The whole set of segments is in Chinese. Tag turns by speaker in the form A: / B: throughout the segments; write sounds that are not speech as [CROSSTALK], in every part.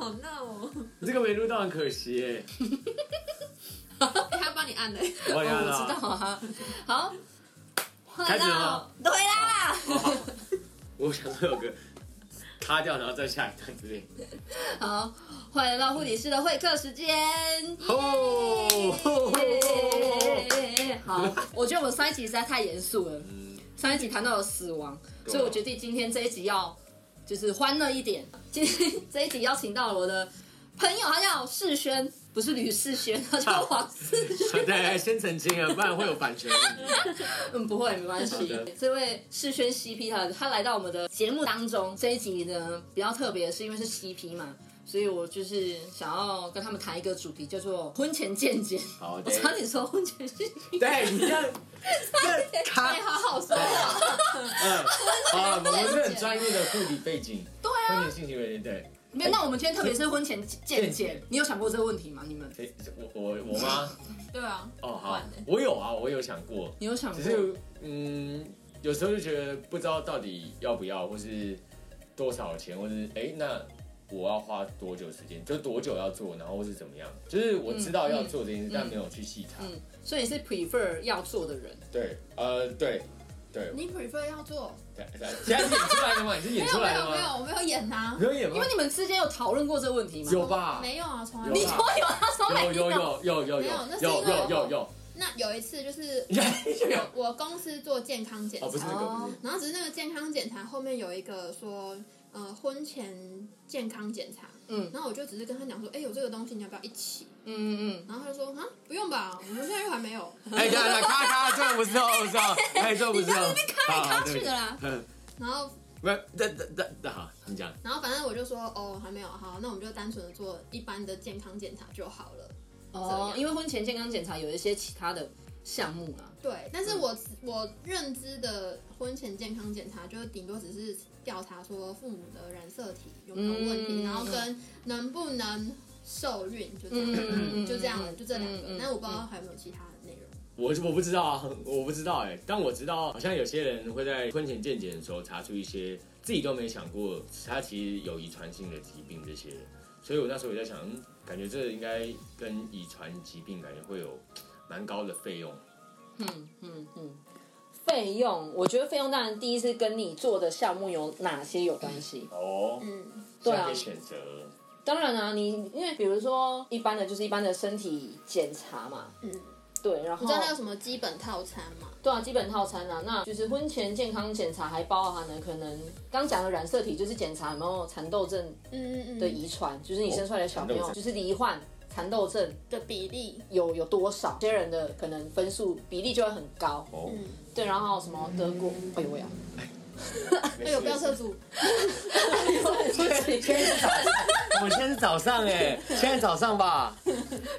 A: 哦
B: 这个没录到很可惜耶，
A: [LAUGHS] 哎他帮你按的，
B: 我帮你按了
A: 哦我知道啊。好，
B: 开始了哦吗
A: 对啦。
B: 我想说有个卡掉，然后再下一段之类。
A: 好，欢迎来到护理师的会客时间。
B: 哦，
A: 耶好，我觉得我们上一集实在太严肃了，
B: 嗯，
A: 上一集谈到了死亡，
B: 对啊
A: 所以我决定今天这一集要就是欢乐一点。今天 [LAUGHS] 这一集邀请到了我的朋友，他叫世轩，不是吕世轩，他叫王世轩。
B: 对，先澄清啊，不然会有版权问题。
A: 嗯，不会，没关
B: 好
A: 系
B: 的。
A: 这位世轩 CP 他他来到我们的节目当中，这一集呢比较特别，是因为是 CP 嘛，所以我就是想要跟他们谈一个主题，叫做婚前见解。
B: 好
A: 我
B: 的，
A: 差点说婚前见解，
B: 对，你这样这卡
A: 哎，，好好说话。
B: 嗯，好，我们是很专业的护理背景，
A: 对
B: 婚
A: 啊
B: 前，性行为对。
A: 没有。那我们今天特别是婚前见
B: 见
A: 解
B: 解，
A: 你有想过这个问题吗？你们
B: 诶我我我吗？
C: 对啊，
B: 哦，好
C: 换了，
B: 我有啊，我有想过，
A: 你有想
B: 只
A: 过？
B: 是嗯，有时候就觉得不知道到底要不要，或是多少钱，或是哎、诶那我要花多久时间，就多久要做，然后或是怎么样，就是我知道要做这件事，但没有去细查。
A: 嗯，所以你是 prefer 要做的人，
B: 对，呃，对，对，
C: 你 prefer 要做？
B: 对对现在是演出来的吗？你是演
C: 没
B: 出
C: 有没
B: 来的
C: 有没
B: 吗？
C: 有，我没有演呐、
B: 没有演
A: 因
B: 吗
A: 为？你们之间有讨论过这个问题吗？
B: 哦有吧？
C: 没有啊，从来
B: 有
C: 没
A: 你
C: 有。
A: 说有，他说
B: 有
A: 没
B: 有有有有有
C: 没有那是
B: 有
C: 因为
B: 有有有
C: 那有一次就是
B: 有
C: 我我公司做健康检
B: [LAUGHS]
C: 查，
B: 哦，不是那个，不是
C: 然后只是那个健康检查后面有一个说，呃，婚前健康检查，
A: 嗯
C: 然后我就只是跟他讲说，哎、有这个东西，你要不要一起？
A: 嗯嗯
C: 然后他就说，啊，不用吧，我们现在又还没有。
B: 哎，等等，咔咔，这个不是哦，不是哦，哎，这个不是哦，
A: 嗯，
B: 好
A: 他
B: 好对
A: 去
B: 不起
A: 的啦。
B: 嗯，
C: 然后
B: 不是，那那那那好，你讲。
C: 然后反正我就说，哦，还没有，好，那我们就单纯的做一般的健康检查就好了。
A: 哦，因为婚前健康检查有一些其他的项目啦。
C: 对，但是我、
A: 嗯
C: 我认知的婚前健康检查，就是顶多只是调查说父母的染色体有没有问题，
A: 嗯
C: 然后跟能不能受孕，就这样，
A: 嗯
C: [LAUGHS] 就这样了，就这两
A: 嗯嗯
C: 个。但我不知道还有没有其他的内容。
B: 我我不知道啊，我不知道哎、但我知道好像有些人会在婚前健检的时候查出一些自己都没想过，他其实有遗传性的疾病这些，所以我那时候也在想，嗯，感觉这应该跟遗传疾病感觉会有蛮高的费用，
A: 嗯嗯嗯。费用，我觉得费用当然第一是跟你做的项目有哪些有关系。
B: 哦，
C: 嗯，
A: 对啊
B: 可以选择，
A: 当然啊，你因为比如说一般的就是一般的身体检查嘛，
C: 嗯，
A: 对，然后
C: 你知道它有什么基本套餐吗？
A: 对啊，基本套餐啊，那就是婚前健康检查还包含了可能刚讲的染色体，就是检查有没有蚕豆症
C: 嗯嗯
A: 的
C: 嗯，
A: 遗传，就是你生出来的小朋友
B: 哦
A: 就是罹患蚕豆症
C: 的比例，
A: 有有多少，有些人的可能分数比例就会很高。
B: 哦，
C: 嗯，
A: 对，然后什么德国，哎呦喂
C: [LAUGHS]
A: 啊，
B: 没
C: 哎
B: 事
C: 呦，飙车族，
A: 对
B: 现在是早，我现在是早上哎、现在早上吧，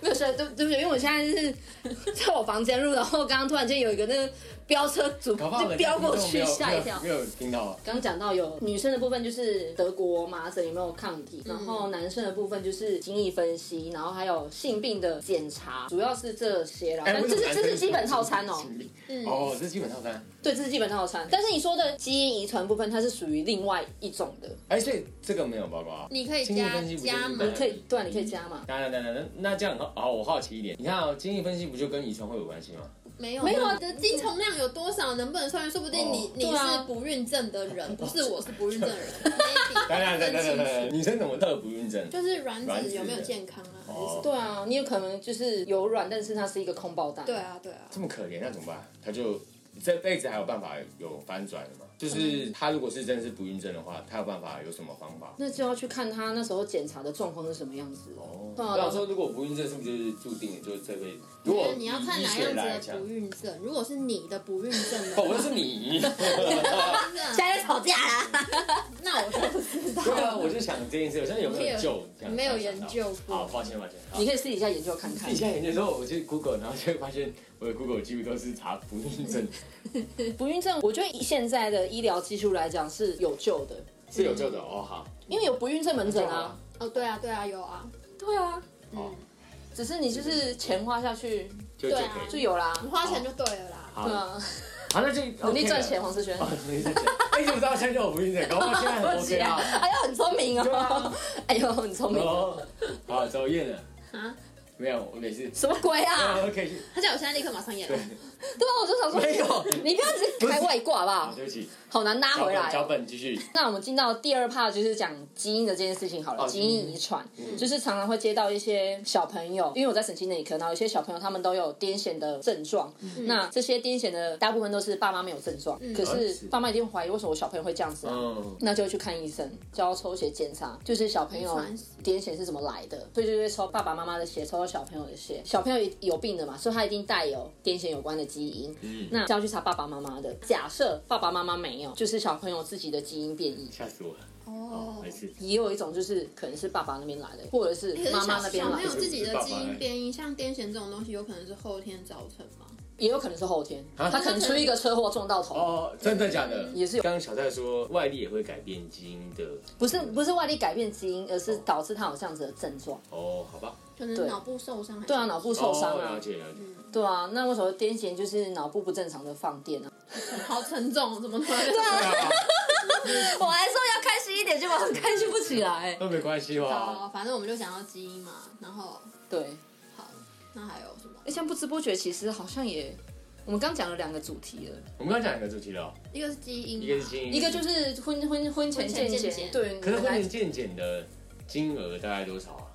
A: 没有事，对对不起，因为我现在
C: [LAUGHS]
A: 是在我房间录，然后刚刚突然间有一个那个飙车族
B: 搞不好
A: 就
B: 人家
A: 飙过
B: 没
A: 去，
B: 有
A: 吓一跳。
B: 没有没有听到，
A: 刚讲到有女生的部分就是德国麻疹有没有抗体，然
B: 嗯
A: 后男生的部分就是精液分析，然后还有性病的检查，主要是这些啦。
B: 哎
A: 但
B: 为
A: 这
B: 什么
A: 是这是基本套餐哦、
C: 嗯，
B: 哦，这是基本套餐。
A: 对，这是基本套餐。但是你说的基因遗传部分，它是属于另外一种的，
B: 哎、所以这个没有报告啊。
C: 你可以
B: 经济
C: 加
B: 分析不就是
C: 加
B: 本
C: 满
A: 你可以对啊，你可以加嘛。
B: 当然，当然，那那这样好，我好奇一点，你看哦，精益分析不就跟遗传会有关系吗？
C: 没有
A: 没有啊
C: 你的精虫量有多少，能不能受孕？说不定你、
B: 哦
C: 你
A: 对啊
C: 是不孕症的人，不是我是不孕
A: [LAUGHS]
C: 症的人
A: 哦
C: ，maybe
B: 当然，当然，当
C: 分清楚
B: 然， [LAUGHS] 女生怎么都有不孕症？
C: 就是卵
B: 卵
C: 子
B: 子
C: 有没有健康啊？还是什
B: 哦
C: 么
A: 对啊，你有可能就是有卵，但是它是一个空包蛋。
C: 对，啊，对啊，
B: 这么可怜，那怎么办？她就这辈子还有办法有翻转的吗？
C: 嗯
B: 就是她如果是真的是不孕症的话，她有办法有什么方法？
A: 那就要去看他那时候检查的状况是什么样子哦。
B: 哦，
A: 对啊
B: 那我说，如果不孕症是不是就是注定就是这辈子？如
C: 因
B: 果
C: 为你要看
B: 以
C: 哪
B: 医学来
C: 样子
B: 讲
C: 的不孕症。如果是你的不孕症的
B: 哦，
C: 话，
B: [LAUGHS]
C: [LAUGHS]
B: 我是你。
C: 是啊
A: 现在在吵架啦！
C: [LAUGHS] 那我就不知道，
B: 对啊，我就想这件事，我现在有没有救？这样
C: 没有研究
B: 好，
C: 过。
B: 抱歉，抱歉。好
A: 你可以私底下研究看看
B: 以。前研究的时候，我去 Google，然后就会发现我的 Google 几乎都是查不孕症，
A: 不孕症，我觉得以现在的医疗技术来讲是有救的，
B: [LAUGHS] 是有救的哦。好，
A: 因为有不孕症门诊啊。
C: 哦，对啊，对啊，有啊，
A: 对啊，
B: 哦
C: 嗯，
A: 只是你就是钱花下去
B: 就就
C: 对
B: 可
C: 啊
B: 以。
A: 就有啦。
C: 你花钱就对了啦。
B: 好
A: 对，啊，
B: 好，那就 [LAUGHS]
A: 努力赚钱，。黄世轩。
B: 哦，努力赚钱。你怎么知道香蕉有不孕症？搞
A: [LAUGHS]
B: 不好现在很 OK 啊。
A: 哎呦，很聪明
B: 对
A: 哦
B: 啊，
A: [LAUGHS] 哎呦，很聪明，
B: 哦，好，走验了。
C: 啊，
B: 没有，我没事。
A: 什么鬼 [LAUGHS] 啊？
B: o [LAUGHS] 可以去。
C: 他叫我现在立刻马上演
B: 对，
A: 对啊，我就想说，
B: 嗯没有
A: 你不要只是开外挂好不
B: 好，
A: 好？
B: 对不起。
A: 好难拉
B: 脚
A: 回
B: 本，
A: 来
B: 脚
A: 哦。
B: 本继续。
A: 那我们进到第二 part，就是讲基因的这件事情好了，
B: 哦
A: 基因嗯遗传，就是常常会接到一些小朋友，因为我在神经内科，然后有些小朋友他们都有癫痫的症状，那这些癫痫的大部分都是爸妈没有症状，可嗯
B: 啊
A: 哦是
B: 是
A: 爸妈一定怀疑为什么我小朋友会这样子啊？
B: 嗯，
A: 那就会去看医生，就要抽血检查，就是小朋友
C: 遗传
A: 癫痫是怎么来的，所以就会抽爸爸妈妈的血，抽到小朋友的血。小朋友有病的嘛，所以他一定带有癫痫有关的基因。嗯，那就要去查爸爸妈妈的。假设爸爸妈妈没有，就是小朋友自己的基因变异。
B: 吓死我了。
C: 哦
B: 没。事。
A: 也有一种就是可能是爸爸那边来的，或者是
C: 可是
A: 妈
C: 小
A: 妈那边
C: 小
A: 来
C: 朋友
A: 的，
C: 自己的基因变异，像癫痫这种东西，有可能是后天造成吗？
A: 也有可能是后天，
B: 啊
A: 他可能出一个车祸撞到头，
B: 哦，真的假的？
A: 也是有
B: 刚刚小蔡说外力也会改变基因的。
A: 不是不是外力改变基因，而是导致他有这样子的症状。
B: 哦，好吧。
C: 可能脑部受伤还是？
A: 对啊，脑部受伤
B: 哦
A: 啊
B: 了，解了解。
A: 对啊，那为什么癫痫就是脑部不正常的放电 [LAUGHS] 啊？
C: 好沉重，怎么突然？对 [LAUGHS] 啊，
A: 嗯
B: [LAUGHS]
A: 我还说要开心一点，结果很开心不起来。
B: 那没关系哦吧？
C: 好，哦反正我们就讲到基因嘛，然后
A: 对，
C: 好，那还有什么？
A: 哎，像不知不觉其实好像也，我们刚讲了两个主题了，
B: 我们刚刚讲两个主题了哦，
C: 一个是基因嘛，
B: 一个是基因，
A: 一个就是婚婚婚前
C: 前
A: 见
C: 见
A: 解，
C: 解
A: 对，
B: 可是婚
A: 来
B: 前健检的金额大概多少啊？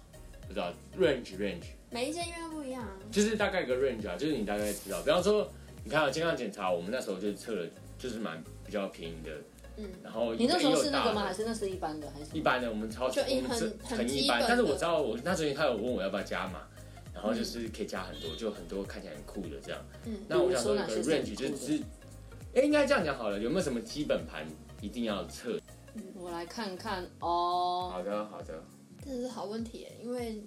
B: 不知道 range range，
C: 每一间医院不一样啊。
B: 就是大概一个 range 啊，就是你大概知道。比方说，你看啊，健康检查，我们那时候就测了，就是蛮比较便宜的，
C: 嗯，
B: 然后
A: 你那时
B: 也
A: 候
B: 有
A: 是那个
B: 大
A: 吗？
B: 的
A: 还是那是一般的？还是
B: 一般的，我们超
C: 就一
B: 我们
C: 很
B: 是
C: 很
B: 很
C: 基
B: 一般
C: 本，的
B: 但是我知道我那时候他有问我要不要加码，然后就是可以加很多，就很多看起来很酷的这样。
C: 嗯
B: 那我想说有
A: 比
B: 个
A: 如说哪些
B: range
A: 是很酷的
B: 就是只，哎，应该这样讲好了，有没有什么基本盘一定要测？
A: 我来看看哦，
B: 好的，好的。
C: 这是好问题耶，因为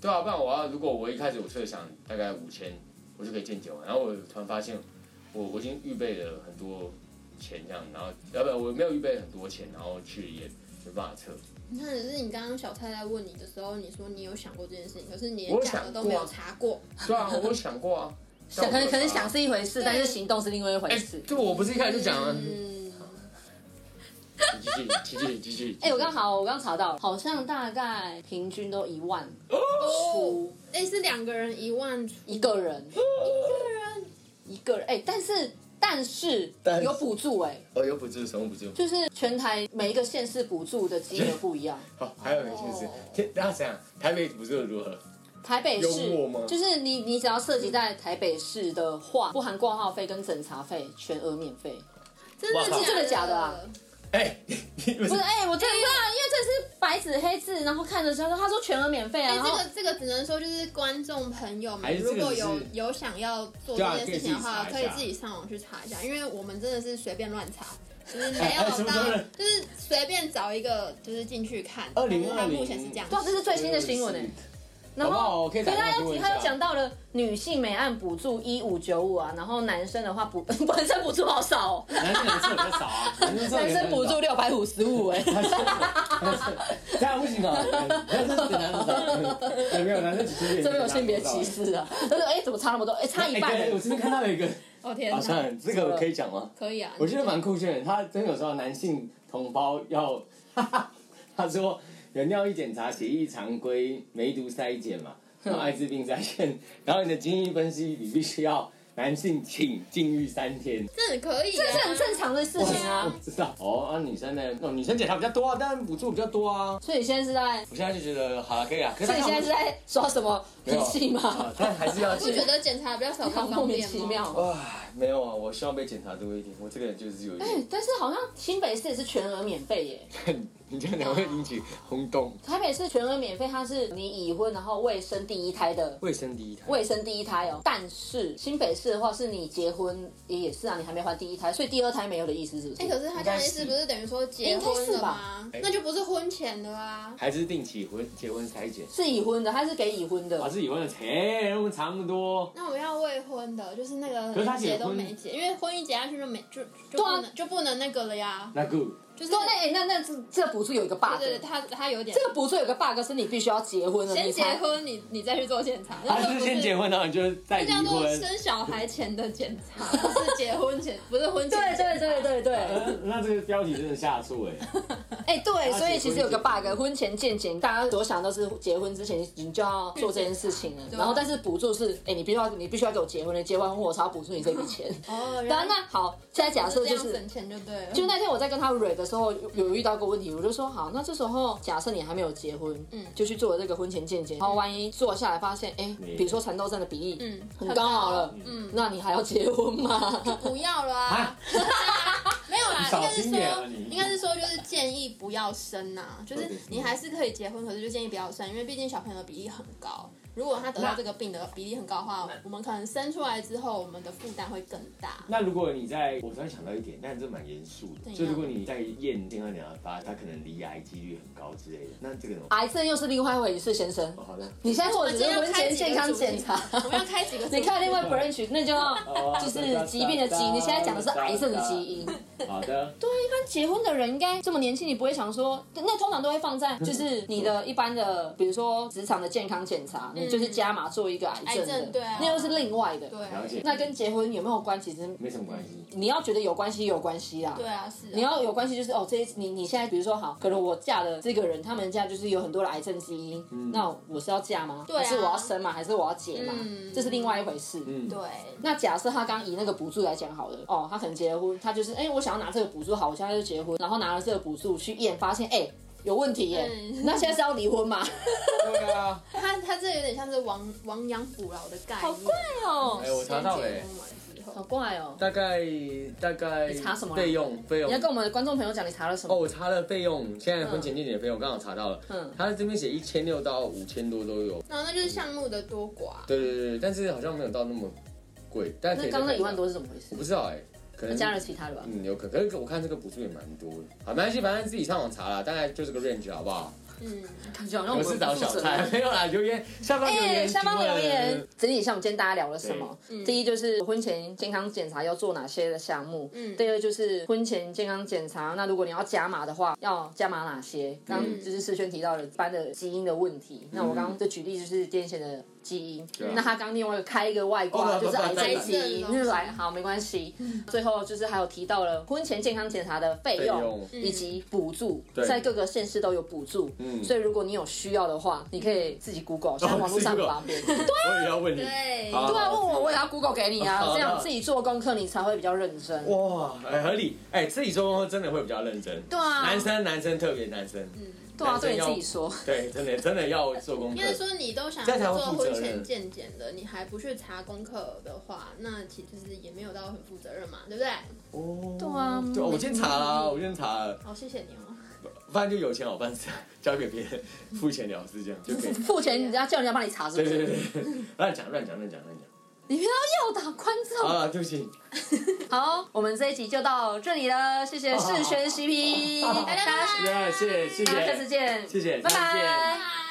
B: 对啊，不然我要如果我一开始我设想大概五千，我就可以见解完，然后我突然发现我我已经预备了很多钱这样，然后要不然我没有预备很多钱，然后去也没办法测。
C: 你看，只是你刚刚小蔡在问你的时候，你说你有想过这件事情，可是你
B: 我
C: 连
B: 有
C: 价格
B: 想
C: 都没有
B: 过啊
C: 查过。
B: 对啊，我有想过啊，
A: 想可能可能想
B: 是，
A: 是一回事，
C: 对
A: 但是行动是另外一回
B: 哎、
A: 事。
B: 这我不是一开始就讲了，你
C: 嗯，
B: 继续继续继续。
A: 哎，我刚好我刚查到，好像大概平均都一万
B: 哦
A: 出。
C: 哎，是两个人一万出，
A: 一个人，
B: 哦
A: 一个人，一个人，哎、但是但是
B: 但是
A: 有补助哎、
B: 哦，有补助，什么补助？
A: 就是全台每一个县市补助的金额不一
B: [LAUGHS]
A: 样。
B: 好，还有一件事，天那怎样？台北补助如何？
A: 台北市
B: 幽默吗
A: 就是你你只要涉及在台北市的话，不含挂号费跟诊查费，全额免费。
C: 真的
B: 哇
C: 的
A: 真的假的啊？
B: 哎、你
A: 不
B: 不是
A: 是哎、我真的不知道，因为这是白纸黑字，然后看的时候他说全额免费啊，
C: 哎，
A: 然
C: 这
A: 后
C: 个这个只能说就是观众朋友
B: 还
C: 们，
B: 哎是这
C: 如
B: 个
C: 果
B: 只
C: 有
B: 是
C: 有想要做
B: 对
C: 这
B: 啊
C: 件事情的话，
B: 可
C: 可
B: 以
C: 以
B: 自己查一下
C: 自己上网去查一下，因为我们真的是随便乱查，就是没
B: 哎哎
C: 有
B: 什么 [LAUGHS]
C: 到
B: 什么，
C: 就是随便找一个，就是进去看。
B: 二零二
C: 它
B: 零，
C: 目前是这样
A: 对。啊，这是最新的新闻哎、然
B: 好不好
A: 后，
B: 我可以打
A: 他
B: 电话去
A: 又
B: 问一
A: 他
B: 下
A: 又讲到了女性每案补助一五九五啊，然后男生的话补 [LAUGHS] 本身补助好少哦，
B: 男生男生比较少啊，
A: 男生补助六百五十五哎，
B: 当然不行啊，男生只能少，没有男生只是
A: 这边有性别歧。视啊！但是哎，怎么差那么多？哎，差一半
B: 哎对我
A: 哎。
B: 这边看到有一个，
C: 哦天
B: 好
C: 哪，
B: 像这个我可以讲吗？
C: 可以啊，
B: 我觉得蛮酷炫的。他真有说男性同胞要， [LAUGHS] 他说有尿液检查、血液常规、梅毒筛检嘛，然后艾滋病筛检，然后你的精液分析，你必须要男性请禁欲三天。
C: 这很可以啊，
A: 这是很正常的事情啊
B: 我，知道哦，啊，女生呢？哦，女生检查比较多啊，当然补助比较多啊。
A: 所以你现在是在，
B: 我现在就觉得好了，可以啊。可
A: 所以
B: 是
A: 你现在是在刷什么
C: [LAUGHS]
B: 没
A: 脾
B: 有
A: 气吗
B: 啊？但还是要
C: 不觉
B: 检。
C: 得检查比较少
A: 好
C: 更
A: 莫
C: 方
A: 名
C: 便
A: 其
C: 吗？
A: 妙。
B: 唉，没有啊，我希望被检查多一点。我这个人就是有一
A: 哎
B: 点，，
A: 但是好像新北市也是全额免费耶，
C: 嗯
B: [LAUGHS] 你这样讲会引起轰动。
A: 台北市全额免费，它是你已婚然后未生第一胎的。
B: 卫生第一台。
A: 未生第一胎哦，但是新北市的话，是你结婚也也是啊，你还没怀第一胎，所以第二胎没有的意思是不
C: 哎、
A: 是？
C: 可是他这样意思不是等于说结婚了吗？
B: 应该是吧
C: 那就不是婚前的啊。
B: 还是定期婚结婚筛检，
A: 是已婚的，它是给已婚的
B: 还。是已婚的？切，那么长那么多。
C: 那我们要未婚的，就是那个
B: 可是他写
C: 写都没结，因为婚姻结下去就没就就不能、就不能那个了呀。
B: 那 good，
C: 就是
A: 啊对，那哎那那这这个补助有一个 bug，
C: 对对，对他他有点
A: 这个补助有个 bug 是你必须要结婚了，
C: 先
A: 你
C: 结
A: 才
C: 婚你你再去做检查，那
B: 还
C: 个
B: 是
C: 不
B: 先结婚，然后你就再
C: 这
B: 离
C: 叫做
B: 婚。
C: 生小孩前的检查，不是结婚前，不是婚前
A: 对对
C: 检查
A: 对对对，
B: 呃那这个标题真的下错哎，
A: 哎、对，
B: 他
A: 所以
B: 结
A: 其实
B: 婚
A: 有个
B: 前
A: bug，婚前见检，大家所想都是结婚之前你就要做这件事情了，
C: 对啊
A: 然后但是补助是，哎、你必须要你必须要给我结婚了，结完婚我才要补助你这笔钱。
C: 哦，
A: 当然
C: 然后
A: [LAUGHS] 那好，现在假设啊就
C: 这样
A: 是。
C: 省钱就对了，
A: 就那天我在跟他蕊的时候，有有遇到个问题，我就说好，那这时候假设你还没有结婚，嗯
C: 嗯，
A: 就去做了这个婚前健检，然后万一做下来发现，哎、
B: 没
A: 比如说蚕豆症的比例，
C: 嗯
A: 很高好了，
C: 嗯，
A: 那你还要结婚吗？
C: 不要了啊
B: 啊！
C: [LAUGHS] 没有啦，应
B: 少
C: 该是
B: 听点啊
C: 说
B: 你，
C: 应该是说就是建议不要生呐、就是你还是可以结婚，可是就建议不要生，因为毕竟小朋友的比例很高。如果他得到这个病的比例很高的话，我们可能生出来之后，我们的负担会更大。
B: [LAUGHS] 那如果你在，我突然想到一点，但这蛮严肃的。
C: 怎样
B: 就如果你在验健康检查，发他可能离癌几率很高之类的，那这个怎么办？
A: 癌症又是另外一回事，先生。
B: 哦好的，
A: 你现在做
C: 我
A: 的
C: 们
A: 只
C: 今
A: 是
C: 天要
A: 婚
C: 开
A: 前
C: 几
A: 健
C: 个
A: 康
C: 主题
A: 检查，
C: 我们要开
B: [LAUGHS]
C: 几个？
A: [LAUGHS] 你看另外 branch，那就要
B: 哦
A: 就是疾病的基因，你现在讲的是癌症的基。因。
B: 好的，
A: 但结婚的人应该这么年轻，你不会想说，那通常都会放在就是你的一般的，比如说职场的健康检查，你就是加码做一个癌症
C: 嗯癌
A: 的，
C: 症对啊
A: 那又是另外的。
C: 对
B: 了解。
A: 那跟结婚有没有关？其实
B: 没什么关系。
A: 你要觉得有关系，有关系啊。
C: 对啊，是啊
A: 你要有关系，就是哦，这一你你现在比如说好，可能我嫁的这个人，他们家就是有很多的癌症基因，
B: 嗯
A: 那我是要嫁吗？
C: 对啊
A: 还是我要生吗？还是我要结吗？
C: 嗯
A: 这是另外一回事。
B: 嗯，
C: 对，
A: 那假设他刚以那个补助来讲好了，哦，他可能结婚，他就是哎、我想要拿这个补助，好，我现在就结婚，然后拿了这个补助去验，发现哎、有问题耶，
C: 嗯
A: 那现在是要离婚吗？
B: 对啊。
C: 他他这有点像是亡亡羊补牢的概念。
A: 好怪哦
B: 哎我查到了
C: 了
B: 哎。
A: [LAUGHS] 好怪哦，
B: 大概大概
A: 你查什么啦
B: 费用费用
A: 你要？跟我们的嗯观众朋友讲你查了什
B: 哦，
A: 么？
B: 我查了费用，现在婚前健检的费用刚好查到了，
A: 嗯
B: 嗯，他这边写一千六到五千多都有，
C: 然后那就是项目的多寡。
B: 对对对，对但是好像没有到那么贵，但可
A: 那
B: 以
A: 刚刚那
B: 再看
A: 一万多是怎么回事
B: 我？不知道哎、可能
A: 加了其他的吧。
B: 嗯有可能，可是我看这个补助也蛮多的，好，没关系，反正自己上网查啦，大概就这个 range 好不好？
C: 嗯，
A: 感觉好像
B: 我
A: 哦我
B: 是
A: 们
B: 找
A: 不
B: 小
A: 负责
B: [LAUGHS] 蔡，没有啦，留言下方留
A: 哎，
B: 言，
A: 下方留言，整理一下我们今天大家聊了什么。
C: 对嗯
A: 第一就是婚前健康检查要做哪些的项目，
C: 嗯
A: 第二就是婚前健康检查，那如果你要加码的话，要加码哪些？刚
B: 嗯
A: 刚就是世轩提到了班的基因的问题，那我刚刚的举例就是癫痫的。基因，
B: 啊
A: 那他刚另外一个开一个外挂，
B: 哦不
A: 就
B: [LAUGHS]
A: 是癌症
C: 不
A: 基因，
C: 不不
A: 就是来好没关系。最后就是还有提到了婚前健康检查的费
B: 费
A: 用
B: 用嗯
A: 以及补助，
B: 对
A: 在各个县市都有补助，
B: 嗯哦
A: 所以如果你有需要的话，你可以自己 Google，现在网络上很方便。对
B: 我也要问你，
C: 对，
B: 好
A: 啊，问我我也要 Google 给你
B: [LAUGHS]
A: 啊，
B: 好的
A: 这样自己做功课你才会比较认真。
B: 哇，哎合理，哎自己做功课真的会比较认真，
A: 对啊，
B: 男生男生特别男生，
A: 对啊，
B: 男生
A: 对你
B: 要
A: 自己说，
B: 对，真的真的要做功
C: 应
B: 课
C: 该，说你都想
B: 这样才
C: 要
B: 会
C: 做
B: 负责
C: 婚前
B: 任
C: 健检的，你还不去查功课的话，那其实就是也没有到很负责任嘛，对不对？
B: 哦，
A: 对啊
B: 对，我先查啦，我先查了，
C: 好，谢谢你哦。
B: 反正就有钱好办事，交给别人付钱了事，这样就可以。
A: [LAUGHS] 付钱人家叫人家帮你查是
B: 对
A: 不
B: 对
A: 是？
B: 对对，乱讲乱讲乱讲乱讲。
A: 你不要诱导观众。
B: 啊，对不
A: [LAUGHS]
B: 起，
A: 好，我们这一集就到这里了，谢谢世轩 CP，
B: 哦好好好
A: 大家
B: 耶，谢谢谢
A: 大家下次
B: 谢，
A: 见，
B: 谢谢，
A: 拜
B: 再见
A: 拜。
C: 拜。